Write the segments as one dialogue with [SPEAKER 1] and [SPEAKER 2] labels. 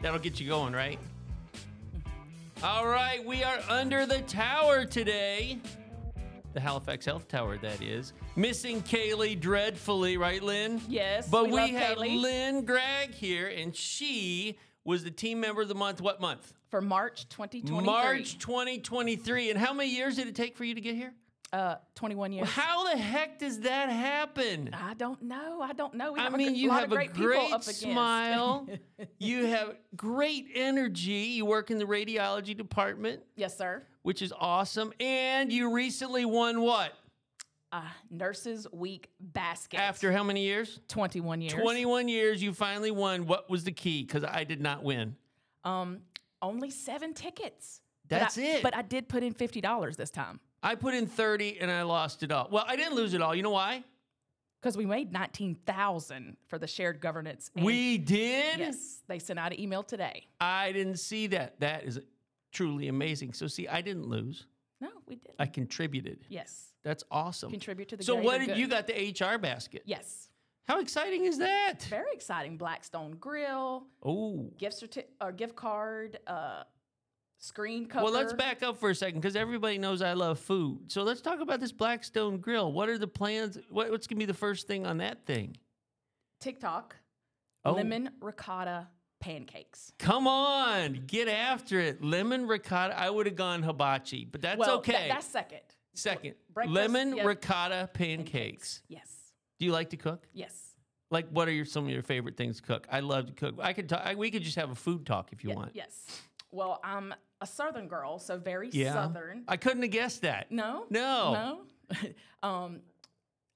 [SPEAKER 1] That'll get you going, right? All right, we are under the tower today. The Halifax Health Tower, that is. Missing Kaylee dreadfully, right, Lynn?
[SPEAKER 2] Yes,
[SPEAKER 1] But
[SPEAKER 2] we
[SPEAKER 1] we,
[SPEAKER 2] love
[SPEAKER 1] had
[SPEAKER 2] Kaylee.
[SPEAKER 1] Lynn Gregg here, and she was the team member of the month. What month?
[SPEAKER 2] for March 2023.
[SPEAKER 1] March 2023. And how many years did it take for you to get here?
[SPEAKER 2] uh, 21 years.
[SPEAKER 1] How the heck does that happen?
[SPEAKER 2] I don't know. I don't know. We
[SPEAKER 1] I
[SPEAKER 2] have
[SPEAKER 1] mean,
[SPEAKER 2] a, gr-
[SPEAKER 1] you
[SPEAKER 2] lot
[SPEAKER 1] have
[SPEAKER 2] of great
[SPEAKER 1] a
[SPEAKER 2] people up
[SPEAKER 1] great
[SPEAKER 2] against.
[SPEAKER 1] smile. you have great energy. You work in the radiology department,
[SPEAKER 2] yes, sir.
[SPEAKER 1] which is awesome. And you recently won what?
[SPEAKER 2] Uh, Nurses Week basket.
[SPEAKER 1] After how many years?
[SPEAKER 2] 21 years.
[SPEAKER 1] 21 years, you finally won. What was the key? Because I did not win.
[SPEAKER 2] Um, only seven tickets.
[SPEAKER 1] That's
[SPEAKER 2] but I,
[SPEAKER 1] it.
[SPEAKER 2] But I did put in fifty dollars this time
[SPEAKER 1] I put in 30 and I lost it all. Well, I didn't lose it all. You know why?
[SPEAKER 2] because we made nineteen thousand for the shared governance. and-
[SPEAKER 1] We did?
[SPEAKER 2] yes, they sent out an email today.
[SPEAKER 1] I didn't see that. That is truly amazing. So, see, I didn't lose.
[SPEAKER 2] No, we did.
[SPEAKER 1] I contributed.
[SPEAKER 2] yes,
[SPEAKER 1] That's awesome.
[SPEAKER 2] contribute to the.
[SPEAKER 1] so,
[SPEAKER 2] greater
[SPEAKER 1] what did
[SPEAKER 2] good.
[SPEAKER 1] you got the HR basket?
[SPEAKER 2] Yes,
[SPEAKER 1] How exciting is that?
[SPEAKER 2] very exciting. Blackstone Grill
[SPEAKER 1] Oh.
[SPEAKER 2] gift certi- or gift card, uh, screen cover.
[SPEAKER 1] Well, let's back up for a second because everybody knows I love food. So let's talk about this Blackstone Grill. What are the plans? What, what's going to be the first thing on that thing?
[SPEAKER 2] TikTok
[SPEAKER 1] Oh.
[SPEAKER 2] lemon ricotta pancakes.
[SPEAKER 1] Come on, get after it. Lemon ricotta. I would have gone hibachi, but that's
[SPEAKER 2] well,
[SPEAKER 1] okay.
[SPEAKER 2] tha- that's second.
[SPEAKER 1] Second,
[SPEAKER 2] breakfast,
[SPEAKER 1] lemon
[SPEAKER 2] yeah.
[SPEAKER 1] ricotta pancakes.
[SPEAKER 2] Yes,
[SPEAKER 1] Do you like to cook?
[SPEAKER 2] yes,
[SPEAKER 1] Like, what are your, some of your favorite things to cook? I love to cook. I could talk. I, we could just have a food talk if you
[SPEAKER 2] ye-
[SPEAKER 1] want.
[SPEAKER 2] yes. Well, I'm a Southern girl, so very
[SPEAKER 1] Yeah.
[SPEAKER 2] Southern.
[SPEAKER 1] I couldn't have guessed that.
[SPEAKER 2] No,
[SPEAKER 1] No.
[SPEAKER 2] no. um,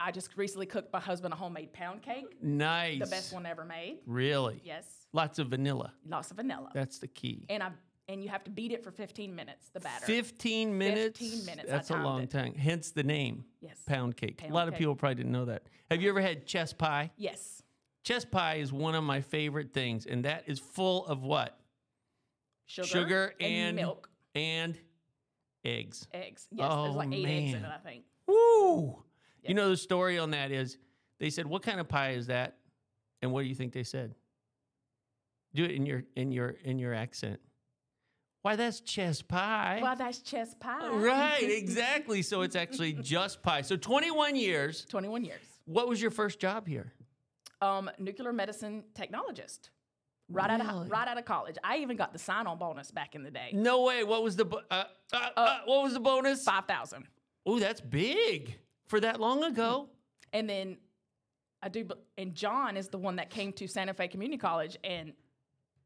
[SPEAKER 2] I just recently cooked my husband a homemade pound cake,
[SPEAKER 1] Nice.
[SPEAKER 2] the best one ever made.
[SPEAKER 1] Really.
[SPEAKER 2] Yes,
[SPEAKER 1] Lots of vanilla.
[SPEAKER 2] lots of vanilla,
[SPEAKER 1] That's the key.
[SPEAKER 2] and I and you have to beat it for 15 minutes. The batter.
[SPEAKER 1] 15 minutes.
[SPEAKER 2] minutes, I
[SPEAKER 1] That's a
[SPEAKER 2] timed
[SPEAKER 1] long
[SPEAKER 2] it.
[SPEAKER 1] time. Hence the name.
[SPEAKER 2] Yes.
[SPEAKER 1] Pound cake.
[SPEAKER 2] Pound
[SPEAKER 1] a lot of
[SPEAKER 2] cake.
[SPEAKER 1] people probably didn't know that. Have you ever had chess pie?
[SPEAKER 2] Yes,
[SPEAKER 1] Chess pie is one of my favorite things, and that is full of what?
[SPEAKER 2] sugar,
[SPEAKER 1] Sugar
[SPEAKER 2] and,
[SPEAKER 1] and-
[SPEAKER 2] milk,
[SPEAKER 1] And eggs.
[SPEAKER 2] eggs. Yes, there's like
[SPEAKER 1] Oh,
[SPEAKER 2] eight eggs in it,
[SPEAKER 1] man.
[SPEAKER 2] I think.
[SPEAKER 1] Woo! You know the story on that is they said, "What kind of pie is that?" And what do you think they said? Do it in your in your in your accent. Why that's chess pie.
[SPEAKER 2] Well, that's chess pie.
[SPEAKER 1] Right, exactly. So it's actually just pie. So 21 years.
[SPEAKER 2] 21 years.
[SPEAKER 1] What was your first job here?
[SPEAKER 2] Um, nuclear medicine technologist. Right out
[SPEAKER 1] Really?
[SPEAKER 2] of right out of college. I even got the sign-on bonus back in the day.
[SPEAKER 1] No way. What was the bo- uh, uh, uh, what was the bonus?
[SPEAKER 2] Five thousand.
[SPEAKER 1] Oh, that's big for that long ago.
[SPEAKER 2] And then I do, b- and John is the one that came to Santa Fe Community College. And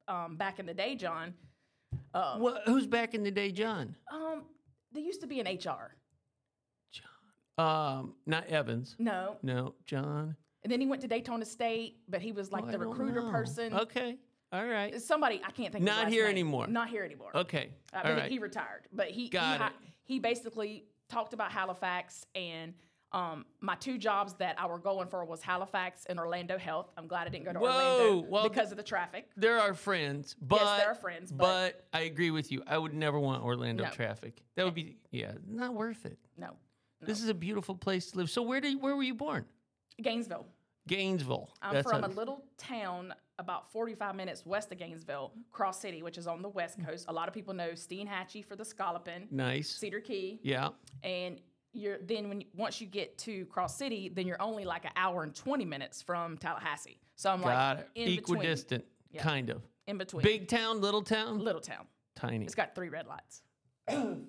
[SPEAKER 2] um, back in the day, John, Uh.
[SPEAKER 1] Wha- who's back in the day, John?
[SPEAKER 2] um, there used to be an HR.
[SPEAKER 1] Um, not Evans.
[SPEAKER 2] No.
[SPEAKER 1] No, John.
[SPEAKER 2] And then he went to Daytona State, but he was like
[SPEAKER 1] Oh, I
[SPEAKER 2] the
[SPEAKER 1] don't
[SPEAKER 2] recruiter
[SPEAKER 1] know.
[SPEAKER 2] person.
[SPEAKER 1] Okay. All right.
[SPEAKER 2] Somebody, I can't think of his
[SPEAKER 1] Not
[SPEAKER 2] last
[SPEAKER 1] here
[SPEAKER 2] name.
[SPEAKER 1] anymore.
[SPEAKER 2] Not here anymore.
[SPEAKER 1] Okay.
[SPEAKER 2] Uh,
[SPEAKER 1] All
[SPEAKER 2] but he, he
[SPEAKER 1] right.
[SPEAKER 2] retired. But he
[SPEAKER 1] Got
[SPEAKER 2] he,
[SPEAKER 1] it.
[SPEAKER 2] hi- he basically talked about Halifax and um, my two jobs that I were going for was Halifax and Orlando Health. I'm glad I didn't go to
[SPEAKER 1] Whoa,
[SPEAKER 2] Orlando
[SPEAKER 1] well,
[SPEAKER 2] because of the traffic.
[SPEAKER 1] They're our friends, but
[SPEAKER 2] they're our friends, but-
[SPEAKER 1] I agree with you. I would never want Orlando
[SPEAKER 2] No.
[SPEAKER 1] traffic. That would be yeah, not worth it.
[SPEAKER 2] No,
[SPEAKER 1] This is a beautiful place to live. So where did where were you born?
[SPEAKER 2] Gainesville.
[SPEAKER 1] Gainesville.
[SPEAKER 2] I'm
[SPEAKER 1] That's
[SPEAKER 2] from
[SPEAKER 1] a-
[SPEAKER 2] a little town about 45 minutes west of Gainesville, Cross City, which is on the west coast. A lot of people know Steenhatchee for the scalloping,
[SPEAKER 1] nice.
[SPEAKER 2] Cedar Key,
[SPEAKER 1] Yeah.
[SPEAKER 2] and you're then when you, once you get to Cross City, then you're only like an hour and 20 minutes from Tallahassee. So I'm
[SPEAKER 1] Got
[SPEAKER 2] like
[SPEAKER 1] it.
[SPEAKER 2] in between,
[SPEAKER 1] Equidistant, kind of.
[SPEAKER 2] in between,
[SPEAKER 1] Big town, little town,
[SPEAKER 2] little town.
[SPEAKER 1] tiny.
[SPEAKER 2] It's Mm-hmm. got three red lights,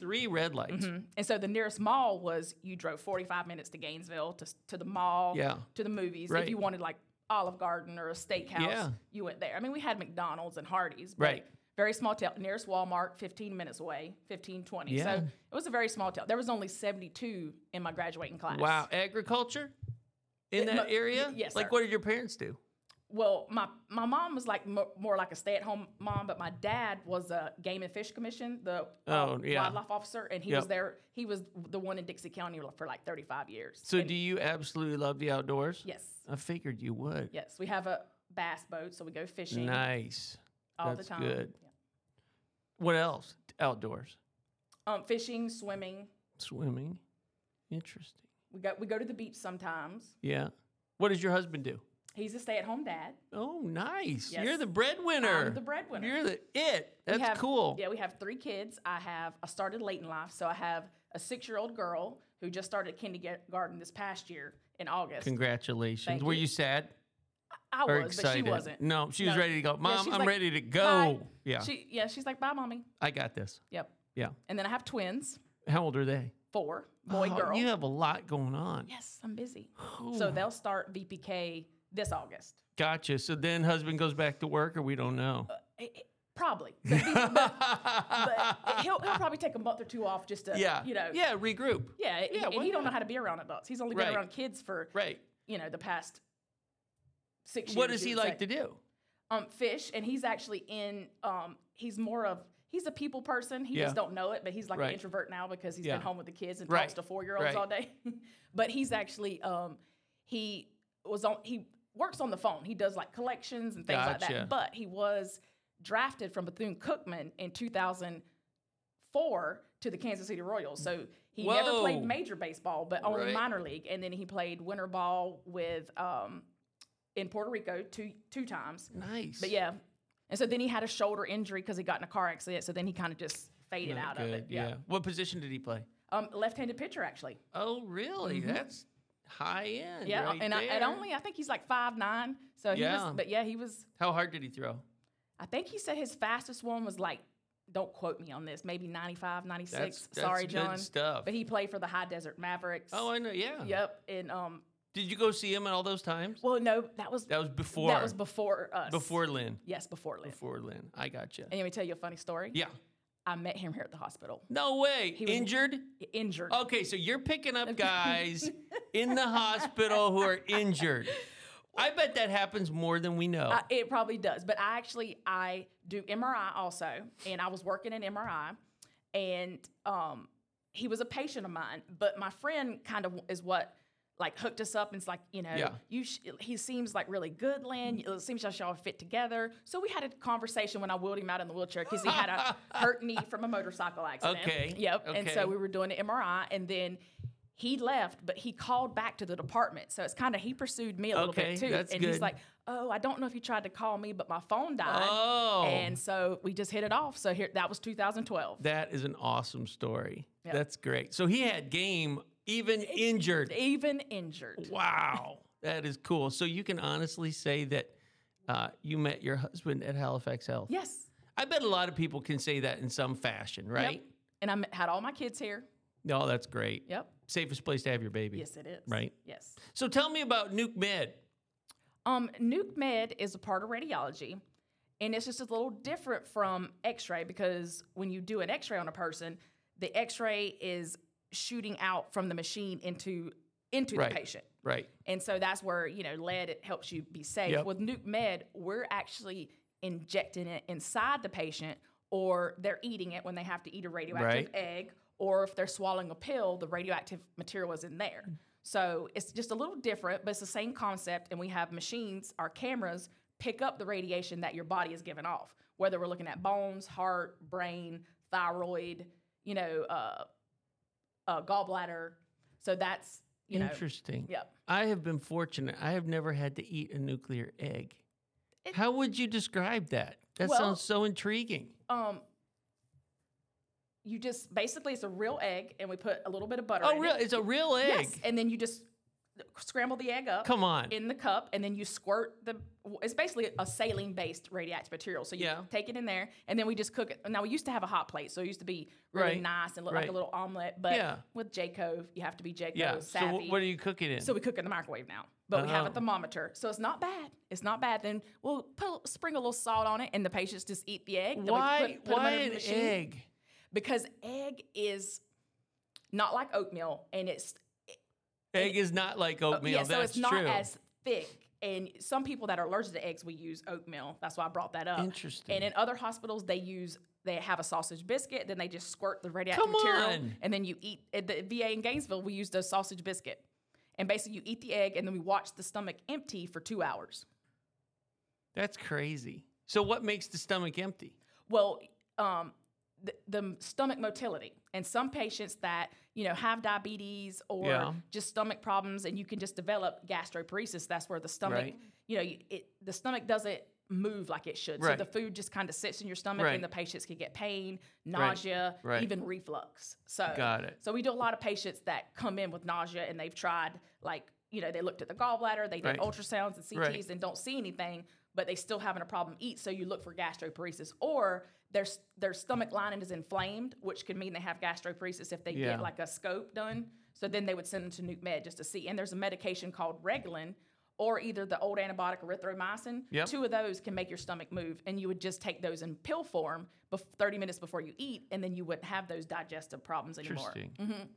[SPEAKER 1] Three red lights.
[SPEAKER 2] and so the nearest mall was you drove 45 minutes to Gainesville to s- to the mall,
[SPEAKER 1] Yeah.
[SPEAKER 2] to the movies.
[SPEAKER 1] Right.
[SPEAKER 2] If you wanted like Olive Garden or a steakhouse,
[SPEAKER 1] Yeah.
[SPEAKER 2] you went there. I mean, we had McDonald's and Hardee's, but
[SPEAKER 1] Right.
[SPEAKER 2] Very small town, nearest Walmart, 15 minutes away, 15, 20.
[SPEAKER 1] Yeah.
[SPEAKER 2] So it was a very small town. There was only 72 in my graduating class.
[SPEAKER 1] Wow. Agriculture in that
[SPEAKER 2] Yeah, mo-
[SPEAKER 1] area?
[SPEAKER 2] y- yes,
[SPEAKER 1] Like
[SPEAKER 2] sir.
[SPEAKER 1] what did your parents do?
[SPEAKER 2] Well, my my mom was like mo- more like a stay at home mom, but my dad was a game and fish commission, the uh,
[SPEAKER 1] Oh, yeah.
[SPEAKER 2] wildlife officer, and he was
[SPEAKER 1] Yep.
[SPEAKER 2] there. He was the one in Dixie County for like thirty five years.
[SPEAKER 1] So do you absolutely love the outdoors?
[SPEAKER 2] yes,
[SPEAKER 1] I figured you would.
[SPEAKER 2] yes, we have a bass boat, so we go fishing
[SPEAKER 1] Nice.
[SPEAKER 2] all
[SPEAKER 1] That's
[SPEAKER 2] the time.
[SPEAKER 1] good. What else? Outdoors.
[SPEAKER 2] Um, fishing, swimming.
[SPEAKER 1] Swimming. Interesting.
[SPEAKER 2] We go we go to the beach sometimes.
[SPEAKER 1] Yeah. What does your husband do?
[SPEAKER 2] He's a stay-at-home dad.
[SPEAKER 1] Oh, nice. You're
[SPEAKER 2] Yes.
[SPEAKER 1] the breadwinner.
[SPEAKER 2] I'm the breadwinner.
[SPEAKER 1] You're the it.
[SPEAKER 2] We
[SPEAKER 1] That's
[SPEAKER 2] have-
[SPEAKER 1] cool.
[SPEAKER 2] Yeah, we have three kids. I have I started late in life, so I have a six-year-old girl who just started kindergarten this past year in August.
[SPEAKER 1] Congratulations.
[SPEAKER 2] Thank
[SPEAKER 1] Were
[SPEAKER 2] you.
[SPEAKER 1] you sad
[SPEAKER 2] I
[SPEAKER 1] or
[SPEAKER 2] was,
[SPEAKER 1] excited?
[SPEAKER 2] but she wasn't.
[SPEAKER 1] No, she was
[SPEAKER 2] No.
[SPEAKER 1] ready to go.
[SPEAKER 2] Yeah,
[SPEAKER 1] Mom,
[SPEAKER 2] she's
[SPEAKER 1] I'm
[SPEAKER 2] like,
[SPEAKER 1] ready to go.
[SPEAKER 2] "Bye."
[SPEAKER 1] Yeah,
[SPEAKER 2] She yeah, she's like, bye, mommy.
[SPEAKER 1] I got this.
[SPEAKER 2] Yep.
[SPEAKER 1] Yeah.
[SPEAKER 2] And then I have twins,
[SPEAKER 1] How old are they?
[SPEAKER 2] four boy
[SPEAKER 1] Oh,
[SPEAKER 2] girl.
[SPEAKER 1] You have a lot going on.
[SPEAKER 2] Yes, I'm busy.
[SPEAKER 1] Oh,
[SPEAKER 2] So they'll start VPK this August.
[SPEAKER 1] gotcha. So then husband goes back to work, or we don't know.
[SPEAKER 2] Eh, eh, Probably. But, but eh, he'll, he'll probably take a month or two off just to,
[SPEAKER 1] yeah.
[SPEAKER 2] you know.
[SPEAKER 1] Yeah. Regroup.
[SPEAKER 2] Yeah,
[SPEAKER 1] Yeah,
[SPEAKER 2] and
[SPEAKER 1] why
[SPEAKER 2] he don't know
[SPEAKER 1] not?
[SPEAKER 2] how to be around adults. He's only been
[SPEAKER 1] Right.
[SPEAKER 2] around kids for
[SPEAKER 1] Right.
[SPEAKER 2] you know the past six.
[SPEAKER 1] what
[SPEAKER 2] years,
[SPEAKER 1] does he
[SPEAKER 2] you would
[SPEAKER 1] like
[SPEAKER 2] say.
[SPEAKER 1] to do?
[SPEAKER 2] Um, fish, and he's actually in. Um, he's more of he's a people person. He
[SPEAKER 1] Yeah.
[SPEAKER 2] just don't know it, but he's like
[SPEAKER 1] Right.
[SPEAKER 2] an introvert now because he's
[SPEAKER 1] Yeah.
[SPEAKER 2] been home with the kids and
[SPEAKER 1] Right.
[SPEAKER 2] talks to four year olds
[SPEAKER 1] Right.
[SPEAKER 2] all day. but he's actually um, he was on he works on the phone. He does like collections and things like
[SPEAKER 1] Gotcha.
[SPEAKER 2] that. But he was drafted from Bethune Cookman in 2004 to the Kansas City Royals. So he never
[SPEAKER 1] Whoa.
[SPEAKER 2] played major baseball, but only
[SPEAKER 1] Right.
[SPEAKER 2] minor league. And then he played winter ball with um, in Puerto Rico two two times.
[SPEAKER 1] Nice.
[SPEAKER 2] But yeah, and so then he had a shoulder injury because he got in a car accident. So then he kind of just faded
[SPEAKER 1] Not
[SPEAKER 2] out of it.
[SPEAKER 1] good,
[SPEAKER 2] Yeah,
[SPEAKER 1] What position did he play?
[SPEAKER 2] Um, left-handed pitcher actually.
[SPEAKER 1] Oh, really? That's high end.
[SPEAKER 2] Mm-hmm. Yeah,
[SPEAKER 1] right
[SPEAKER 2] and I, and
[SPEAKER 1] there.
[SPEAKER 2] only I think he's like five nine. So he
[SPEAKER 1] Yeah.
[SPEAKER 2] was, but yeah, he was.
[SPEAKER 1] How hard did he throw?
[SPEAKER 2] I think he said his fastest one was like, don't quote me on this, maybe 95, 96.
[SPEAKER 1] That's, that's
[SPEAKER 2] Sorry,
[SPEAKER 1] good
[SPEAKER 2] John.
[SPEAKER 1] stuff.
[SPEAKER 2] But he played for the High Desert Mavericks.
[SPEAKER 1] oh, I know. Yeah.
[SPEAKER 2] yep. And um,
[SPEAKER 1] Did you go see him at all those times?
[SPEAKER 2] well, no, that was
[SPEAKER 1] That was before.
[SPEAKER 2] that was before us.
[SPEAKER 1] before Lynn.
[SPEAKER 2] yes, before Lynn.
[SPEAKER 1] Before Lynn. I gotcha.
[SPEAKER 2] And let me tell you a funny story.
[SPEAKER 1] Yeah.
[SPEAKER 2] I met him here at the hospital,
[SPEAKER 1] No way.
[SPEAKER 2] was-
[SPEAKER 1] Injured?
[SPEAKER 2] injured.
[SPEAKER 1] Okay, so you're picking up guys in the hospital who are injured. I bet that happens more than we know.
[SPEAKER 2] I, it probably does, but I actually I do MRI also, and I was working in MRI, and um, he was a patient of mine, but my friend kind of is what like hooked us up and it's like you know
[SPEAKER 1] Yeah.
[SPEAKER 2] you sh- he seems like really good Lynn it seems y'all y'all fit together so we had a conversation when I wheeled him out in the wheelchair because he had a hurt knee from a motorcycle accident
[SPEAKER 1] Okay,
[SPEAKER 2] yep and
[SPEAKER 1] okay.
[SPEAKER 2] so we were doing the MRI and then he left but he called back to the department so it's kind of he pursued me a little
[SPEAKER 1] Okay,
[SPEAKER 2] bit too
[SPEAKER 1] that's
[SPEAKER 2] and
[SPEAKER 1] good.
[SPEAKER 2] he's like oh, I don't know if you tried to call me, but my phone died.
[SPEAKER 1] Oh.
[SPEAKER 2] And so we just hit it off. So here, that was 2012.
[SPEAKER 1] that is an awesome story.
[SPEAKER 2] Yeah.
[SPEAKER 1] That's great. So he had game even injured.
[SPEAKER 2] Even injured.
[SPEAKER 1] Wow. That is cool. So you can honestly say that uh, you met your husband at Halifax Health.
[SPEAKER 2] Yes.
[SPEAKER 1] I bet a lot of people can say that in some fashion,
[SPEAKER 2] Yep.
[SPEAKER 1] right?
[SPEAKER 2] And I m- had all my kids here.
[SPEAKER 1] No, that's great.
[SPEAKER 2] Yep.
[SPEAKER 1] Safest place to have your baby.
[SPEAKER 2] Yes, it is.
[SPEAKER 1] Right.
[SPEAKER 2] Yes.
[SPEAKER 1] So tell me about Nuke Med.
[SPEAKER 2] Um, Nuke Med is a part of radiology, and it's just a little different from x ray because when you do an x ray on a person, the x ray is shooting out from the machine into into
[SPEAKER 1] Right.
[SPEAKER 2] the patient.
[SPEAKER 1] Right.
[SPEAKER 2] And so that's where, you know, lead it helps you be safe.
[SPEAKER 1] Yep.
[SPEAKER 2] With Nuke Med, we're actually injecting it inside the patient or they're eating it when they have to eat a radioactive
[SPEAKER 1] Right.
[SPEAKER 2] egg or if they're swallowing a pill, the radioactive material is in there. So it's just a little different, but it's the same concept and we have machines, our cameras pick up the radiation that your body is giving off, whether we're looking at bones, heart, brain, thyroid, you know, uh, uh, gallbladder. So that's, you know,
[SPEAKER 1] Interesting.
[SPEAKER 2] yep.
[SPEAKER 1] I have been fortunate. I have never had to eat a nuclear egg.
[SPEAKER 2] It-
[SPEAKER 1] How would you describe that? That
[SPEAKER 2] Well-
[SPEAKER 1] sounds so intriguing.
[SPEAKER 2] um you just basically it's a real egg and we put a little bit of butter
[SPEAKER 1] Oh,
[SPEAKER 2] in
[SPEAKER 1] real?
[SPEAKER 2] it.
[SPEAKER 1] It's a real egg.
[SPEAKER 2] yes and then you just scramble the egg up
[SPEAKER 1] Come on.
[SPEAKER 2] in the cup and then you squirt the it's basically a saline based radioactive material so you
[SPEAKER 1] Yeah.
[SPEAKER 2] take it in there and then we just cook it now we used to have a hot plate so it used to be really
[SPEAKER 1] Right,
[SPEAKER 2] nice and look like
[SPEAKER 1] right.
[SPEAKER 2] a little omelette but
[SPEAKER 1] Yeah.
[SPEAKER 2] with Jaco you have to be Jaco
[SPEAKER 1] yeah. So
[SPEAKER 2] savvy
[SPEAKER 1] wh- what are you cooking in?
[SPEAKER 2] so we cook it in the microwave now, but we have
[SPEAKER 1] Oh.
[SPEAKER 2] a thermometer, so it's not bad. It's not bad. Then we'll put sprinkle a little salt on it, and the patients just eat the egg. Then we
[SPEAKER 1] why?
[SPEAKER 2] put- put 'em
[SPEAKER 1] why
[SPEAKER 2] under the
[SPEAKER 1] an
[SPEAKER 2] machine.
[SPEAKER 1] egg?
[SPEAKER 2] Because egg is not like oatmeal, and it's
[SPEAKER 1] Egg is not like oatmeal.
[SPEAKER 2] Oh, yeah,
[SPEAKER 1] That's
[SPEAKER 2] so it's not
[SPEAKER 1] true.
[SPEAKER 2] as thick. And some people that are allergic to eggs, we use oatmeal. That's why I brought that up.
[SPEAKER 1] Interesting.
[SPEAKER 2] And in other hospitals, they use they have a sausage biscuit, then they just squirt the radioactive
[SPEAKER 1] Come
[SPEAKER 2] material,
[SPEAKER 1] on.
[SPEAKER 2] and then you eat. At the VA in Gainesville, we used a sausage biscuit, and basically you eat the egg, and then we watch the stomach empty for two hours.
[SPEAKER 1] That's crazy. So what makes the stomach empty?
[SPEAKER 2] Well, um, the, the stomach motility. And some patients that, you know, have diabetes or
[SPEAKER 1] Yeah.
[SPEAKER 2] just stomach problems and you can just develop gastroparesis, that's where the stomach,
[SPEAKER 1] Right.
[SPEAKER 2] you know, you- it, the stomach doesn't move like it should.
[SPEAKER 1] Right.
[SPEAKER 2] So the food just kind of sits in your stomach
[SPEAKER 1] Right.
[SPEAKER 2] and the patients can get pain, nausea,
[SPEAKER 1] Right.
[SPEAKER 2] even reflux. So
[SPEAKER 1] Got it.
[SPEAKER 2] so we do a lot of patients that come in with nausea and they've tried like you know they looked at the gallbladder, they did
[SPEAKER 1] Right.
[SPEAKER 2] ultrasounds and CTs
[SPEAKER 1] Right.
[SPEAKER 2] and don't see anything, but they still having a problem eat. So you look for gastroparesis or their s- their stomach lining is inflamed, which could mean they have gastroparesis if they
[SPEAKER 1] Yeah.
[SPEAKER 2] get like a scope done. So then they would send them to Nuke Med just to see. And there's a medication called Reglan. Or either the old antibiotic erythromycin,
[SPEAKER 1] Yep.
[SPEAKER 2] two of those can make your stomach move, and you would just take those in pill form bef- 30 minutes before you eat, and then you wouldn't have those digestive problems anymore. Mm-hmm.
[SPEAKER 1] Interesting.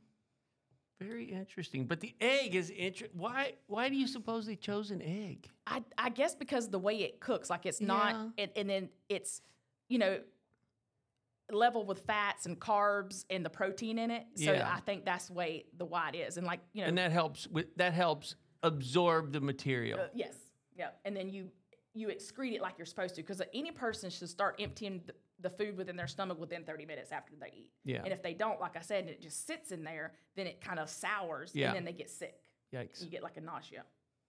[SPEAKER 1] Very interesting. But the egg is interesting. Why? Why do you suppose they chose an egg?
[SPEAKER 2] I, I guess because the way it cooks, like it's not,
[SPEAKER 1] Yeah.
[SPEAKER 2] and, and then it's, you know, level with fats and carbs and the protein in it. So
[SPEAKER 1] Yeah.
[SPEAKER 2] I think that's way the why it is, and like you know,
[SPEAKER 1] And that helps. With that helps absorb the material.
[SPEAKER 2] uh, yes, yeah, and then you you excrete it like you're supposed to because any person should start emptying the, the food within their stomach within 30 minutes after they eat.
[SPEAKER 1] Yeah.
[SPEAKER 2] And if they don't, like I said, and it just sits in there, then it kind of sours,
[SPEAKER 1] Yeah.
[SPEAKER 2] and then they get sick.
[SPEAKER 1] Yikes.
[SPEAKER 2] You get like a nausea.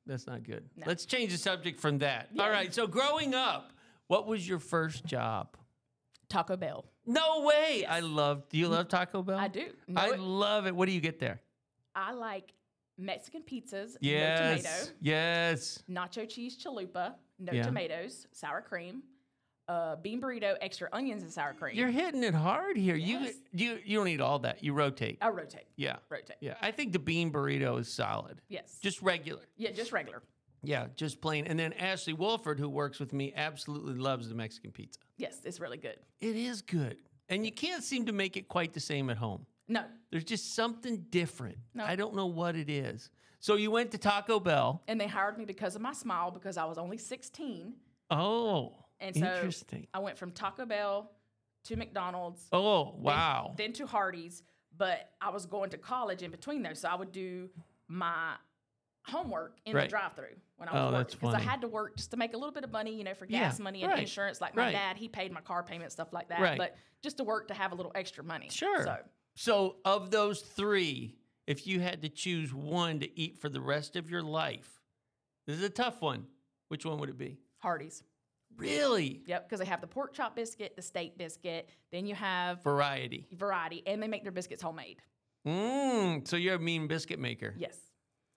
[SPEAKER 1] That's not good.
[SPEAKER 2] Uh, No.
[SPEAKER 1] Let's change the subject from that. All right. So growing up, what was your first job?
[SPEAKER 2] Taco Bell.
[SPEAKER 1] No way. I love. Do you love Taco Bell?
[SPEAKER 2] I do. No,
[SPEAKER 1] I
[SPEAKER 2] it-
[SPEAKER 1] love it. What do you get there?
[SPEAKER 2] I like Mexican pizzas,
[SPEAKER 1] Yes.
[SPEAKER 2] no
[SPEAKER 1] Yes.
[SPEAKER 2] tomato, nacho cheese chalupa, no
[SPEAKER 1] Yeah.
[SPEAKER 2] tomatoes, sour cream, uh, bean burrito, extra onions and sour cream.
[SPEAKER 1] You're hitting it hard here.
[SPEAKER 2] Yes.
[SPEAKER 1] You you you don't eat all that. You rotate.
[SPEAKER 2] I Oh, rotate,
[SPEAKER 1] Yeah.
[SPEAKER 2] rotate.
[SPEAKER 1] Yeah. I think the bean burrito is solid.
[SPEAKER 2] Yes.
[SPEAKER 1] Just regular.
[SPEAKER 2] yeah, just regular.
[SPEAKER 1] Yeah, just plain. And then Ashley Wolford, who works with me, absolutely loves the Mexican pizza.
[SPEAKER 2] Yes, it's really good.
[SPEAKER 1] It is good. And you can't seem to make it quite the same at home.
[SPEAKER 2] No,
[SPEAKER 1] There's just something different.
[SPEAKER 2] No.
[SPEAKER 1] I don't know what it is. So you went to Taco Bell.
[SPEAKER 2] and they hired me because of my smile because I was only 16,
[SPEAKER 1] Oh,
[SPEAKER 2] and so
[SPEAKER 1] interesting.
[SPEAKER 2] I went from Taco Bell to McDonald's,
[SPEAKER 1] oh, wow.
[SPEAKER 2] then to Hardee's. But I was going to college in between those, so I would do my homework in
[SPEAKER 1] Right.
[SPEAKER 2] the drive-through when I
[SPEAKER 1] Oh,
[SPEAKER 2] was
[SPEAKER 1] that's
[SPEAKER 2] working because I
[SPEAKER 1] funny.
[SPEAKER 2] had to work just to make a little bit of money, you know, for
[SPEAKER 1] Yeah,
[SPEAKER 2] gas money and
[SPEAKER 1] right,
[SPEAKER 2] insurance. Like my
[SPEAKER 1] right.
[SPEAKER 2] dad, he paid my car payment, stuff like that.
[SPEAKER 1] Right.
[SPEAKER 2] But just to work to have a little extra money.
[SPEAKER 1] Sure.
[SPEAKER 2] So
[SPEAKER 1] So, of those three, if you had to choose one to eat for the rest of your life, this is a tough one. Which one would it be?
[SPEAKER 2] Hardee's.
[SPEAKER 1] Really?
[SPEAKER 2] Yep, because they have the pork chop biscuit, the steak biscuit. Then you have
[SPEAKER 1] Variety.
[SPEAKER 2] variety, and they make their biscuits homemade.
[SPEAKER 1] Mm, so you're a mean biscuit maker.
[SPEAKER 2] Yes.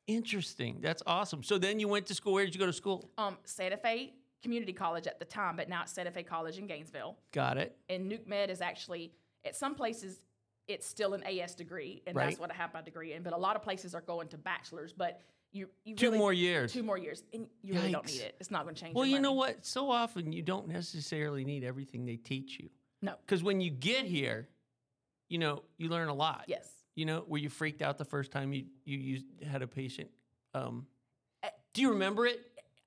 [SPEAKER 1] Interesting. That's awesome. So then you went to school. Where did you go to school?
[SPEAKER 2] Um, Santa Fe Community College at the time, but now it's Santa Fe College in Gainesville.
[SPEAKER 1] Got it.
[SPEAKER 2] and nuke med is actually at some places it's still an AS degree, and
[SPEAKER 1] Right.
[SPEAKER 2] that's what I have my degree in. But a lot of places are going to bachelor's, but you, you
[SPEAKER 1] Two
[SPEAKER 2] really-
[SPEAKER 1] more years.
[SPEAKER 2] two more years, and you really don't
[SPEAKER 1] Yikes.
[SPEAKER 2] need it. It's not going to change.
[SPEAKER 1] well,
[SPEAKER 2] your
[SPEAKER 1] you know
[SPEAKER 2] money.
[SPEAKER 1] what? So often you don't necessarily need everything they teach you.
[SPEAKER 2] No.
[SPEAKER 1] Because when you get here, you know, you learn a lot.
[SPEAKER 2] Yes,
[SPEAKER 1] You know, were you freaked out the first time you, you used, had a patient? Um,
[SPEAKER 2] Eh,
[SPEAKER 1] do you remember it?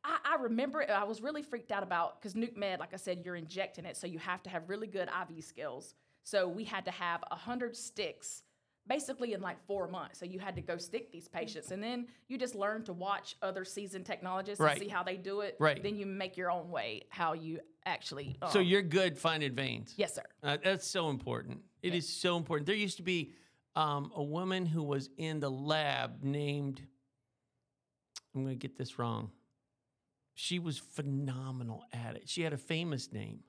[SPEAKER 2] I, I remember it. I was really freaked out about because nuke med, like I said, you're injecting it, so you have to have really good IV skills. So we had to have a hundred sticks. Basically, in like four months. So, you had to go stick these patients. And then you just learn to watch other seasoned technologists
[SPEAKER 1] Right.
[SPEAKER 2] and see how they do it.
[SPEAKER 1] Right.
[SPEAKER 2] Then you make your own way how you actually.
[SPEAKER 1] So
[SPEAKER 2] um,
[SPEAKER 1] you're good finding veins.
[SPEAKER 2] Yes, sir.
[SPEAKER 1] Uh, that's so important. It is so important. There used to be um, a woman who was in the lab named, I'm going to get this wrong. She was phenomenal at it. She had a famous name,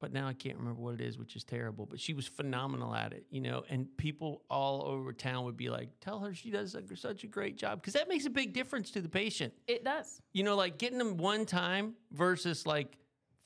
[SPEAKER 1] but now I can't remember what it is, which is terrible. But she was phenomenal at it, you know, and people all over town would be like, tell her she does like such a great job because that makes a big difference to the patient.
[SPEAKER 2] It does.
[SPEAKER 1] You know, like getting them one time versus like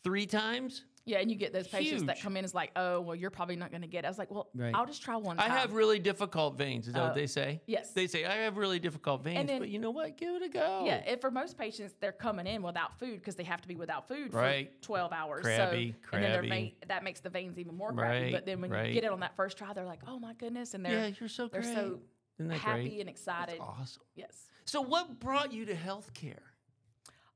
[SPEAKER 1] three times.
[SPEAKER 2] Yeah, and you get those patients that
[SPEAKER 1] Huge.
[SPEAKER 2] come in is like, oh, well, you're probably not going to get. it. I was like, well,
[SPEAKER 1] Right.
[SPEAKER 2] I'll just try one.
[SPEAKER 1] I
[SPEAKER 2] time.
[SPEAKER 1] have really difficult veins, is that what
[SPEAKER 2] Oh.
[SPEAKER 1] they say?
[SPEAKER 2] Yes.
[SPEAKER 1] They say, I have really difficult veins,
[SPEAKER 2] then-
[SPEAKER 1] but you know what? Give it a go.
[SPEAKER 2] yeah, and for most patients, they're coming in without food because they have to be without food
[SPEAKER 1] Right.
[SPEAKER 2] for 12 hours.
[SPEAKER 1] Crabby,
[SPEAKER 2] so, And then their
[SPEAKER 1] crabby.
[SPEAKER 2] vein- that makes the veins even more crabby.
[SPEAKER 1] Right,
[SPEAKER 2] but then when
[SPEAKER 1] right.
[SPEAKER 2] you get it on that first try, they're like, oh my goodness. And
[SPEAKER 1] Yeah,
[SPEAKER 2] they're
[SPEAKER 1] you're so
[SPEAKER 2] they're
[SPEAKER 1] great.
[SPEAKER 2] so
[SPEAKER 1] Isn't that
[SPEAKER 2] happy
[SPEAKER 1] great?
[SPEAKER 2] and excited.
[SPEAKER 1] Awesome.
[SPEAKER 2] Yes.
[SPEAKER 1] So, what brought you to healthcare?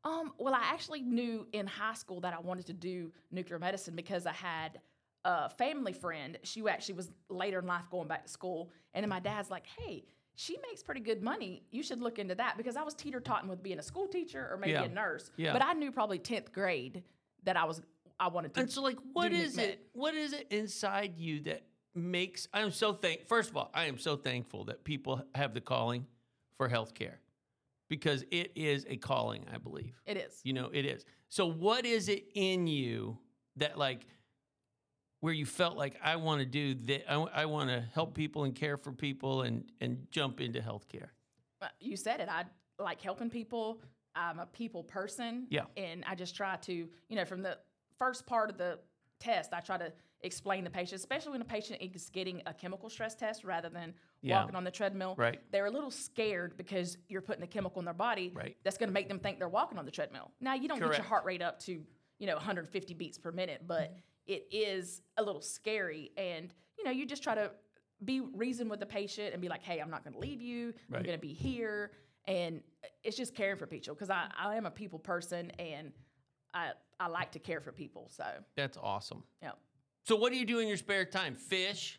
[SPEAKER 2] Um, well, I actually knew in high school that I wanted to do nuclear medicine because I had a family friend. She actually was later in life going back to school. And then my dad's like, hey, she makes pretty good money. You should look into that because I was teeter totting with being a school teacher or maybe
[SPEAKER 1] Yeah.
[SPEAKER 2] a nurse.
[SPEAKER 1] Yeah.
[SPEAKER 2] But I knew probably 10th grade that I was I wanted to.
[SPEAKER 1] And so, like, what
[SPEAKER 2] Doing it
[SPEAKER 1] is
[SPEAKER 2] med.
[SPEAKER 1] it? What is it inside you that makes I'm so thank first of all, I am so thankful that people have the calling for healthcare because it is a calling, I believe.
[SPEAKER 2] It is.
[SPEAKER 1] You know, it is. So what is it in you that like where you felt like I want to do that I, I want to help people and care for people and and jump into healthcare.
[SPEAKER 2] Uh, You said it. I like helping people. I'm a people person.
[SPEAKER 1] Yeah.
[SPEAKER 2] And I just try to, you know, from the first part of the test, I try to explain the patient, especially when a patient is getting a chemical stress test rather than
[SPEAKER 1] Yeah.
[SPEAKER 2] walking on the treadmill.
[SPEAKER 1] Right.
[SPEAKER 2] They're a little scared because you're putting a chemical in their body
[SPEAKER 1] Right.
[SPEAKER 2] that's going to make them think they're walking on the treadmill. Now, you don't get
[SPEAKER 1] Correct.
[SPEAKER 2] your heart rate up to, you know, 150 beats per minute, but
[SPEAKER 1] Mm-hmm.
[SPEAKER 2] it is a little scary. And, you know, you just try to be reason with the patient and be like, hey, I'm not going to leave you.
[SPEAKER 1] Right.
[SPEAKER 2] I'm going to be here. And it's just caring for people because I, I am a people person and I, I like to care for people. So,
[SPEAKER 1] That's awesome.
[SPEAKER 2] yeah.
[SPEAKER 1] So what do you do in your spare time? Fish?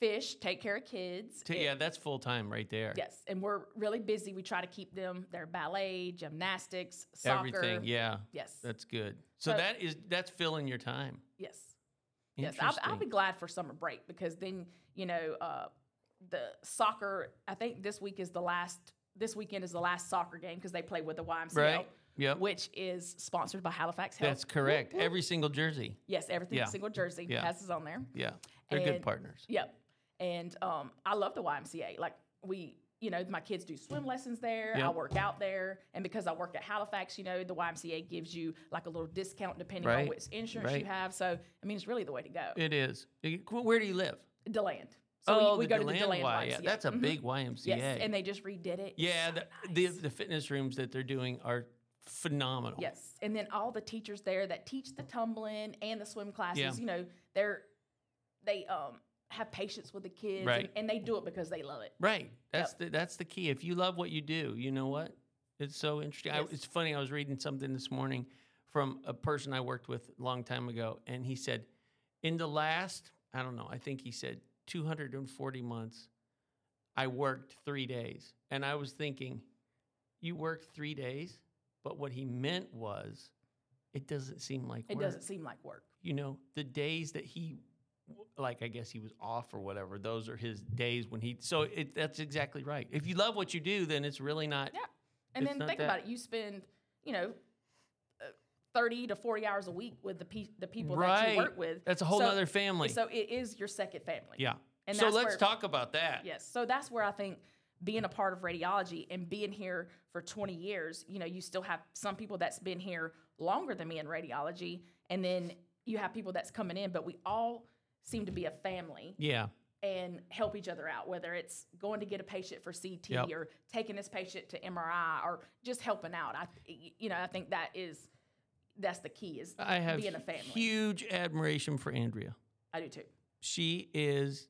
[SPEAKER 2] Fish, take care of kids.
[SPEAKER 1] T-
[SPEAKER 2] and-
[SPEAKER 1] yeah, that's full time right there.
[SPEAKER 2] Yes. And we're really busy. We try to keep them their ballet, gymnastics, soccer.
[SPEAKER 1] Everything. Yeah.
[SPEAKER 2] Yes.
[SPEAKER 1] That's good. So
[SPEAKER 2] So-
[SPEAKER 1] that is that's filling your time.
[SPEAKER 2] yes. Yes,
[SPEAKER 1] Interesting.
[SPEAKER 2] I'll, I'll be glad for summer break because then you know uh, the soccer. I think this week is the last. This weekend is the last soccer game because they play with the YMCA,
[SPEAKER 1] Right. Yep.
[SPEAKER 2] which is sponsored by Halifax Health.
[SPEAKER 1] That's correct. Every single jersey.
[SPEAKER 2] yes, everything
[SPEAKER 1] Yeah.
[SPEAKER 2] single jersey
[SPEAKER 1] Yeah.
[SPEAKER 2] has is on there.
[SPEAKER 1] Yeah. They're good
[SPEAKER 2] And-
[SPEAKER 1] partners.
[SPEAKER 2] Yep, and um, I love the YMCA. Like we, you know, my kids do swim lessons there.
[SPEAKER 1] Yeah.
[SPEAKER 2] I work out there, and because I work at Halifax, you know, the YMCA gives you like a little discount depending on
[SPEAKER 1] Right.
[SPEAKER 2] which insurance
[SPEAKER 1] Right.
[SPEAKER 2] you have. So I mean, it's really the way to go.
[SPEAKER 1] It is. It- wh- Where do you live?
[SPEAKER 2] Deland. So we, we
[SPEAKER 1] Oh, the
[SPEAKER 2] go to the
[SPEAKER 1] Deland
[SPEAKER 2] Deland
[SPEAKER 1] Y-
[SPEAKER 2] YMCA.
[SPEAKER 1] Yeah, that's a
[SPEAKER 2] Mhm.
[SPEAKER 1] big YMCA.
[SPEAKER 2] Yes, and they just redid it. It's
[SPEAKER 1] yeah,
[SPEAKER 2] so
[SPEAKER 1] the,
[SPEAKER 2] nice.
[SPEAKER 1] the the fitness rooms that they're doing are phenomenal.
[SPEAKER 2] yes, and then all the teachers there that teach the tumbling and the swim classes,
[SPEAKER 1] Yeah.
[SPEAKER 2] you know, they're they um have patience with the kids,
[SPEAKER 1] Right.
[SPEAKER 2] and, and they do it because they love it.
[SPEAKER 1] Right. That's the that's the key. If you love what you do, you know what? It's so interesting. I,
[SPEAKER 2] Yes.
[SPEAKER 1] it's funny. I was reading something this morning from a person I worked with a long time ago, and he said, in the last, I don't know, I think he said 240 months, I worked three days, and I was thinking, you worked three days, but what he meant was, it doesn't seem like
[SPEAKER 2] It
[SPEAKER 1] work
[SPEAKER 2] doesn't seem like work.
[SPEAKER 1] you know, the days that he, w- like, I guess he was off or whatever, those are his days when he, so it, that's exactly right. If you love what you do, then it's really not,
[SPEAKER 2] Yeah. And
[SPEAKER 1] It's
[SPEAKER 2] then
[SPEAKER 1] not
[SPEAKER 2] think
[SPEAKER 1] that-
[SPEAKER 2] about it. You spend, you know, uh, thirty to forty hours a week with the pe- the people that
[SPEAKER 1] Right.
[SPEAKER 2] you work with.
[SPEAKER 1] that's a whole
[SPEAKER 2] So-
[SPEAKER 1] other family.
[SPEAKER 2] So it is your second family.
[SPEAKER 1] yeah.
[SPEAKER 2] and
[SPEAKER 1] so
[SPEAKER 2] that's
[SPEAKER 1] let's
[SPEAKER 2] where-
[SPEAKER 1] talk about that.
[SPEAKER 2] Yes. So that's where I think being a part of radiology and being here for 20 years, you know, you still have some people that's been here longer than me in radiology, and then you have people that's coming in, but we all seem to be a family
[SPEAKER 1] Yeah.
[SPEAKER 2] and help each other out, whether it's going to get a patient for CT
[SPEAKER 1] Yep.
[SPEAKER 2] or taking this patient to MRI or just helping out. I, you know, I think that is that's the key is
[SPEAKER 1] I have
[SPEAKER 2] being a family.
[SPEAKER 1] huge admiration for Andrea.
[SPEAKER 2] I do too.
[SPEAKER 1] She is,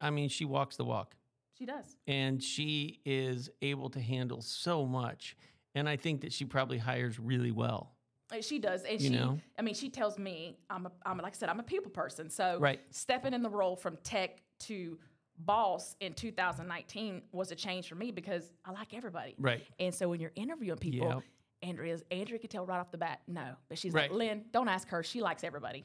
[SPEAKER 1] I mean, she walks the walk.
[SPEAKER 2] She does.
[SPEAKER 1] and she is able to handle so much. And I think that she probably hires really well.
[SPEAKER 2] Uh, She does, and
[SPEAKER 1] You
[SPEAKER 2] she.
[SPEAKER 1] know?
[SPEAKER 2] I mean, she tells me I'm a, I'm like I said, I'm a people person. So
[SPEAKER 1] Right.
[SPEAKER 2] stepping in the role from tech to boss in 2019 was a change for me because I like everybody.
[SPEAKER 1] Right.
[SPEAKER 2] And so when you're interviewing people,
[SPEAKER 1] Yep.
[SPEAKER 2] Andrea's Andrea could tell right off the bat, no, but she's
[SPEAKER 1] Right.
[SPEAKER 2] like, Lynn, don't ask her. She likes everybody.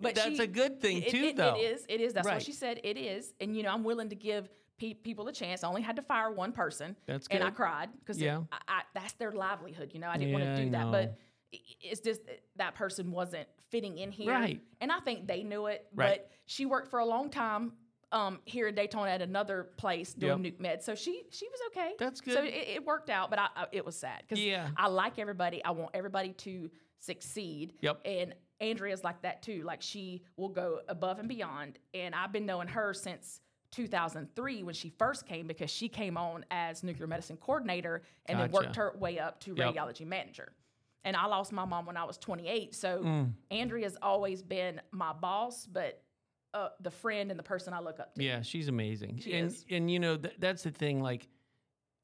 [SPEAKER 1] but that's
[SPEAKER 2] she-
[SPEAKER 1] a good thing
[SPEAKER 2] it-
[SPEAKER 1] too,
[SPEAKER 2] it-
[SPEAKER 1] though.
[SPEAKER 2] It is. It is. That's
[SPEAKER 1] Right.
[SPEAKER 2] what she said. It is. And you know, I'm willing to give pe- people a chance. I only had to fire one person.
[SPEAKER 1] That's
[SPEAKER 2] And I
[SPEAKER 1] good.
[SPEAKER 2] cried because
[SPEAKER 1] Yeah.
[SPEAKER 2] I, I, that's their livelihood. You know, I didn't
[SPEAKER 1] Yeah,
[SPEAKER 2] want
[SPEAKER 1] I
[SPEAKER 2] to do that,
[SPEAKER 1] know.
[SPEAKER 2] but i- i- it's just that that person wasn't fitting in here.
[SPEAKER 1] Right.
[SPEAKER 2] And I think they knew it.
[SPEAKER 1] Right.
[SPEAKER 2] But she worked for a long time. Um, here in Daytona at another place doing
[SPEAKER 1] Yep.
[SPEAKER 2] nuke med, so she she was okay.
[SPEAKER 1] That's
[SPEAKER 2] So
[SPEAKER 1] good.
[SPEAKER 2] it, it worked out, but I, I it was sad because
[SPEAKER 1] Yeah.
[SPEAKER 2] I like everybody. I want everybody to succeed.
[SPEAKER 1] Yep.
[SPEAKER 2] And Andrea's like that too. Like she will go above and beyond. And I've been knowing her since 2003 when she first came because she came on as nuclear medicine coordinator and then worked her way up to
[SPEAKER 1] Yep.
[SPEAKER 2] radiology manager. And I lost my mom when I was 28. So
[SPEAKER 1] Mm.
[SPEAKER 2] Andrea's always been my boss, but uh, the friend and the person I look up to.
[SPEAKER 1] Yeah, she's amazing.
[SPEAKER 2] She
[SPEAKER 1] and
[SPEAKER 2] is.
[SPEAKER 1] and you know th- that's the thing. Like,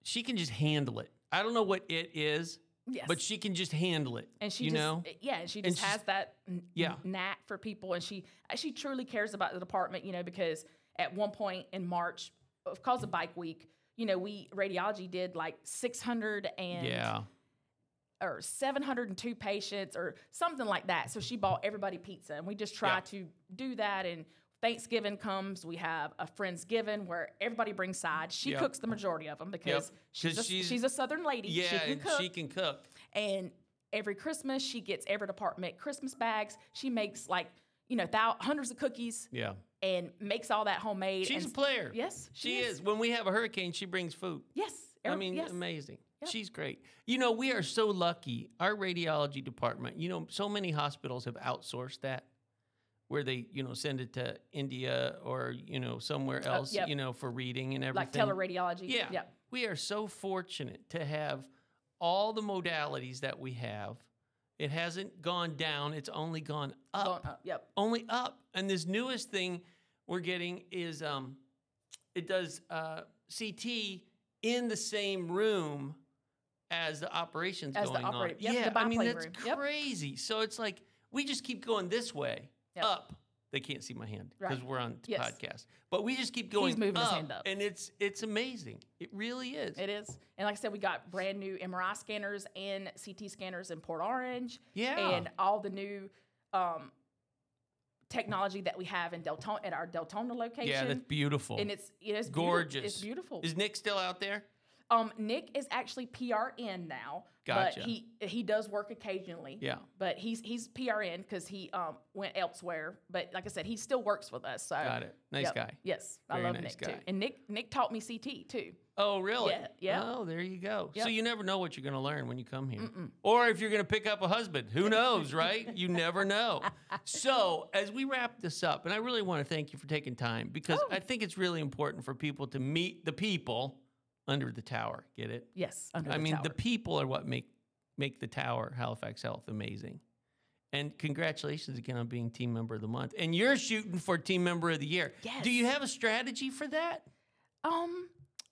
[SPEAKER 1] she can just handle it. I don't know what it is,
[SPEAKER 2] Yes.
[SPEAKER 1] but she can just handle it.
[SPEAKER 2] and she
[SPEAKER 1] you
[SPEAKER 2] just, eh,
[SPEAKER 1] know,
[SPEAKER 2] yeah, and she
[SPEAKER 1] And
[SPEAKER 2] just
[SPEAKER 1] she's-
[SPEAKER 2] has that n-
[SPEAKER 1] Yeah.
[SPEAKER 2] knack for people, and she eh, she truly cares about the department, you know, because at one point in March, of course of Bike Week, you know, we radiology did like six hundred and
[SPEAKER 1] yeah,
[SPEAKER 2] or seven hundred and two patients or something like that. So she bought everybody pizza, and we just try
[SPEAKER 1] Yeah.
[SPEAKER 2] to do that and Thanksgiving comes, we have a Friendsgiving where everybody brings sides. She
[SPEAKER 1] Yep.
[SPEAKER 2] cooks the majority of them because she's,
[SPEAKER 1] 'Cause
[SPEAKER 2] a,
[SPEAKER 1] she's-
[SPEAKER 2] she's, a Southern lady.
[SPEAKER 1] Yeah,
[SPEAKER 2] she can
[SPEAKER 1] and
[SPEAKER 2] cook.
[SPEAKER 1] she can cook.
[SPEAKER 2] and every Christmas, she gets every department Christmas bags. She makes like, you know, thou- hundreds of cookies
[SPEAKER 1] Yeah,
[SPEAKER 2] and makes all that homemade.
[SPEAKER 1] she's a
[SPEAKER 2] and,
[SPEAKER 1] player.
[SPEAKER 2] Yes,
[SPEAKER 1] she, is. When we have a hurricane, she brings food.
[SPEAKER 2] Yes.
[SPEAKER 1] I
[SPEAKER 2] every-
[SPEAKER 1] mean,
[SPEAKER 2] yes.
[SPEAKER 1] amazing.
[SPEAKER 2] Yep.
[SPEAKER 1] She's great. You know, we are so lucky. Our radiology department, you know, so many hospitals have outsourced that where they, you know, send it to India or, you know, somewhere else,
[SPEAKER 2] Uh, yep.
[SPEAKER 1] you know, for reading and
[SPEAKER 2] like
[SPEAKER 1] everything.
[SPEAKER 2] teleradiology.
[SPEAKER 1] Yeah.
[SPEAKER 2] Yeah.
[SPEAKER 1] We are so fortunate to have all the modalities that we have. It hasn't gone down, it's only gone up.
[SPEAKER 2] Going up, Yep.
[SPEAKER 1] Only up. And this newest thing we're getting is um it does uh CT in the same room as the operations
[SPEAKER 2] As the
[SPEAKER 1] going on.
[SPEAKER 2] operate- yep, the
[SPEAKER 1] yeah, I mean
[SPEAKER 2] biplane
[SPEAKER 1] that's
[SPEAKER 2] room. Yep.
[SPEAKER 1] crazy. So it's like we just keep going this way
[SPEAKER 2] Yep.
[SPEAKER 1] up. They can't see my hand because
[SPEAKER 2] Right.
[SPEAKER 1] we're on t-
[SPEAKER 2] Yes.
[SPEAKER 1] podcast. But we just keep going
[SPEAKER 2] moving
[SPEAKER 1] up,
[SPEAKER 2] his hand up.
[SPEAKER 1] and it's it's amazing. It really is.
[SPEAKER 2] It is. And like I said, we got brand new MRI scanners and CT scanners in Port Orange
[SPEAKER 1] yeah.
[SPEAKER 2] and all the new um, technology that we have in Deltona at our Deltona location.
[SPEAKER 1] yeah, that's beautiful.
[SPEAKER 2] and it's it is beauti-
[SPEAKER 1] Gorgeous.
[SPEAKER 2] It's beautiful.
[SPEAKER 1] is Nick still out there?
[SPEAKER 2] Um, Nick is actually PRN now,
[SPEAKER 1] Gotcha.
[SPEAKER 2] but he he does work occasionally.
[SPEAKER 1] Yeah.
[SPEAKER 2] But he's he's PRN because he um went elsewhere. But like I said, he still works with us. So
[SPEAKER 1] Got it. Nice
[SPEAKER 2] Uh, yep.
[SPEAKER 1] guy.
[SPEAKER 2] Yes,
[SPEAKER 1] Very
[SPEAKER 2] I love
[SPEAKER 1] nice
[SPEAKER 2] Nick too.
[SPEAKER 1] guy.
[SPEAKER 2] And Nick Nick taught me CT too.
[SPEAKER 1] Oh, really?
[SPEAKER 2] Yeah, yeah.
[SPEAKER 1] Oh, there you go. So
[SPEAKER 2] Yep.
[SPEAKER 1] you never know what you're going to learn when you come here. Or if you're going to pick up a husband. Who knows, right? you never know. So, as we wrap this up, and I really want to thank you for taking time because
[SPEAKER 2] Oh.
[SPEAKER 1] I think it's really important for people to meet the people under the tower. Get it?
[SPEAKER 2] Yes, under
[SPEAKER 1] I
[SPEAKER 2] the
[SPEAKER 1] mean,
[SPEAKER 2] tower.
[SPEAKER 1] the people are what make make the tower Halifax Health amazing. And congratulations again on being team member of the month. And you're shooting for team member of the year. Do you
[SPEAKER 2] Yes.
[SPEAKER 1] have a strategy for that?
[SPEAKER 2] Um,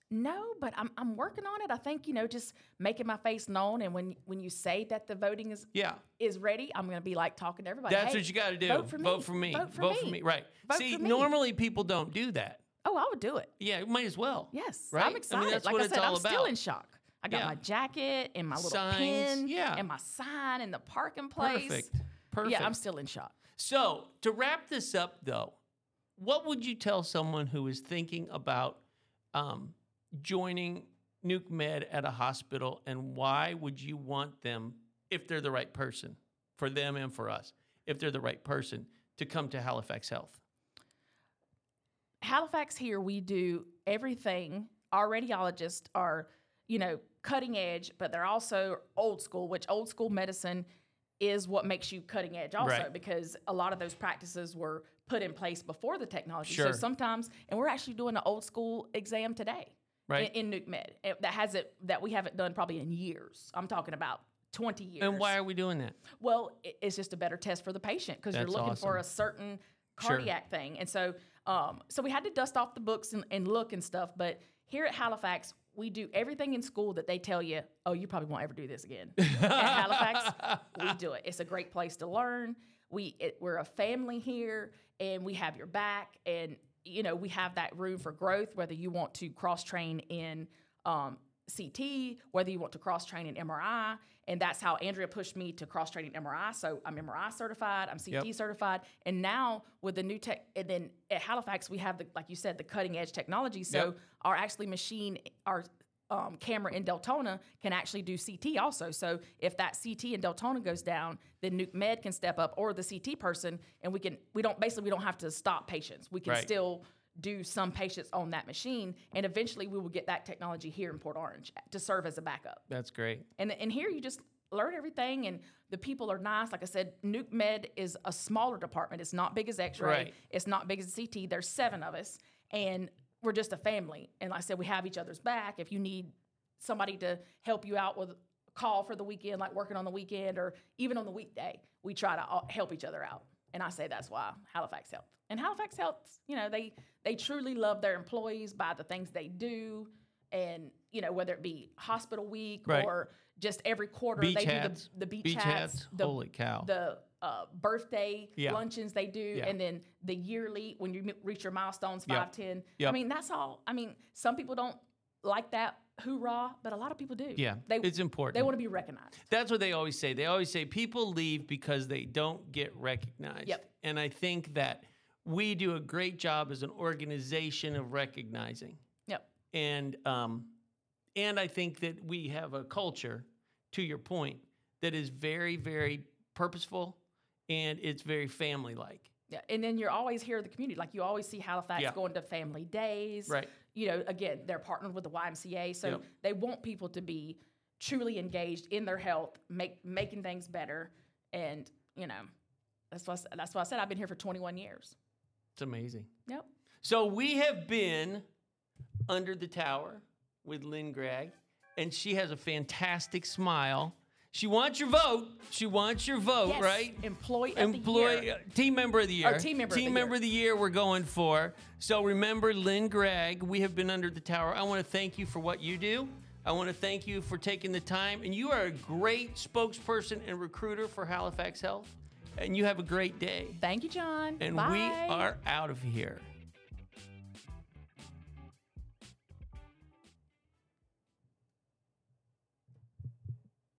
[SPEAKER 2] no, but I'm I'm working on it. I think you know, just making my face known, and when when you say that the voting is
[SPEAKER 1] Yeah.
[SPEAKER 2] is ready, I'm gonna be like talking to everybody.
[SPEAKER 1] That's
[SPEAKER 2] "Hey,
[SPEAKER 1] what you got to do.
[SPEAKER 2] vote for
[SPEAKER 1] Vote
[SPEAKER 2] me.
[SPEAKER 1] for me.
[SPEAKER 2] Vote for me.
[SPEAKER 1] Right.
[SPEAKER 2] Vote
[SPEAKER 1] See,
[SPEAKER 2] for me.
[SPEAKER 1] normally people don't do that.
[SPEAKER 2] Oh, I would do it.
[SPEAKER 1] Yeah, you might as well.
[SPEAKER 2] Yes,
[SPEAKER 1] Right? I
[SPEAKER 2] I'm
[SPEAKER 1] mean,
[SPEAKER 2] excited.
[SPEAKER 1] that's
[SPEAKER 2] like
[SPEAKER 1] what
[SPEAKER 2] I
[SPEAKER 1] it's
[SPEAKER 2] said,
[SPEAKER 1] all
[SPEAKER 2] I'm still
[SPEAKER 1] about.
[SPEAKER 2] in shock. I got
[SPEAKER 1] Yeah.
[SPEAKER 2] my jacket and my little
[SPEAKER 1] Signs,
[SPEAKER 2] pin,
[SPEAKER 1] yeah.
[SPEAKER 2] and my sign and the parking place.
[SPEAKER 1] Perfect. Perfect.
[SPEAKER 2] Yeah, I'm still in shock.
[SPEAKER 1] so to wrap this up, though, what would you tell someone who is thinking about um, joining Nuke Med at a hospital, and why would you want them, if they're the right person, for them and for us, if they're the right person, to come to Halifax Health?
[SPEAKER 2] Halifax here, we do everything. Our radiologists are, you know, cutting edge, but they're also old school, which old school medicine is what makes you cutting edge also
[SPEAKER 1] Right.
[SPEAKER 2] because a lot of those practices were put in place before the technology.
[SPEAKER 1] Sure.
[SPEAKER 2] So sometimes, and we're actually doing an old school exam today
[SPEAKER 1] Right.
[SPEAKER 2] in, in Nuke Med eh, that hasn't, that we haven't done probably in years. I'm talking about 20 years.
[SPEAKER 1] and why are we doing that?
[SPEAKER 2] Well, i- it's just a better test for the patient because you're
[SPEAKER 1] That's
[SPEAKER 2] looking
[SPEAKER 1] awesome.
[SPEAKER 2] for a certain
[SPEAKER 1] Sure.
[SPEAKER 2] cardiac thing. And so, um, so we had to dust off the books and, and look and stuff. But here at Halifax, we do everything in school that they tell you, oh, you probably won't ever do this again. at Halifax, we do it. It's a great place to learn. We it, we're a family here, and we have your back. And you know, we have that room for growth. Whether you want to cross train in um, CT, whether you want to cross train in MRI, and that's how Andrea pushed me to cross train in MRI. So I'm MRI certified, I'm CT
[SPEAKER 1] Yep.
[SPEAKER 2] certified, and now with the new tech, and then at Halifax we have the like you said the cutting edge technology. So
[SPEAKER 1] Yep.
[SPEAKER 2] our actually machine our um, camera in Deltona can actually do CT also. So if that CT in Deltona goes down, then Nuke Med can step up or the CT person, and we can we don't basically we don't have to stop patients. We can
[SPEAKER 1] Right.
[SPEAKER 2] still do some patients on that machine, and eventually we will get that technology here in Port Orange to serve as a backup.
[SPEAKER 1] That's great.
[SPEAKER 2] And and here you just learn everything, and the people are nice. Like I said, Nuke Med is a smaller department. It's not big as X-ray.
[SPEAKER 1] Right.
[SPEAKER 2] It's not big as CT. There's seven of us, and we're just a family. And like I said, we have each other's back. If you need somebody to help you out with a call for the weekend, like working on the weekend or even on the weekday, we try to all help each other out. And I say that's why Halifax Health. And Halifax Health, you know, they they truly love their employees by the things they do. And, you know, whether it be hospital week
[SPEAKER 1] Right.
[SPEAKER 2] or just every quarter
[SPEAKER 1] Beach
[SPEAKER 2] they
[SPEAKER 1] hats.
[SPEAKER 2] do the, the beach,
[SPEAKER 1] Beach
[SPEAKER 2] hats,
[SPEAKER 1] hats.
[SPEAKER 2] the,
[SPEAKER 1] Holy cow.
[SPEAKER 2] the uh, birthday
[SPEAKER 1] Oh. Yeah.
[SPEAKER 2] luncheons they do,
[SPEAKER 1] Yeah.
[SPEAKER 2] and then the yearly when you m- reach your milestones
[SPEAKER 1] Yep.
[SPEAKER 2] five, ten.
[SPEAKER 1] Yep.
[SPEAKER 2] I mean, that's all. I mean, some people don't like that hoorah, but a lot of people do.
[SPEAKER 1] yeah.
[SPEAKER 2] they
[SPEAKER 1] it's important.
[SPEAKER 2] they want to be recognized.
[SPEAKER 1] That's what they always say. They always say people leave because they don't get recognized.
[SPEAKER 2] Yep.
[SPEAKER 1] And I think that we do a great job as an organization of recognizing.
[SPEAKER 2] Yep.
[SPEAKER 1] And um, and I think that we have a culture, to your point, that is very, very purposeful, and it's very family-like.
[SPEAKER 2] Yeah, and then you're always here in the community. Like you always see Halifax
[SPEAKER 1] Yeah.
[SPEAKER 2] going to family days.
[SPEAKER 1] Right.
[SPEAKER 2] You know, again, they're partnered with the YMCA, so
[SPEAKER 1] Yep.
[SPEAKER 2] they want people to be truly engaged in their health, make making things better, and you know, that's why that's why I said I've been here for 21 years.
[SPEAKER 1] It's amazing.
[SPEAKER 2] Yep.
[SPEAKER 1] So we have been under the tower with Lynn Gregg, and she has a fantastic smile. She wants your vote. She wants your vote,
[SPEAKER 2] Yes,
[SPEAKER 1] right?
[SPEAKER 2] Employee of the
[SPEAKER 1] Employee uh,
[SPEAKER 2] year. Oh,
[SPEAKER 1] team member of the year.
[SPEAKER 2] team member of the year.
[SPEAKER 1] of the year we're going for. So remember Lynn Gregg, we have been under the tower. I want to thank you for what you do. I want to thank you for taking the time and you are a great spokesperson and recruiter for Halifax Health and you have a great day.
[SPEAKER 2] Thank you, John.
[SPEAKER 1] And we
[SPEAKER 2] Bye.
[SPEAKER 1] are out of here.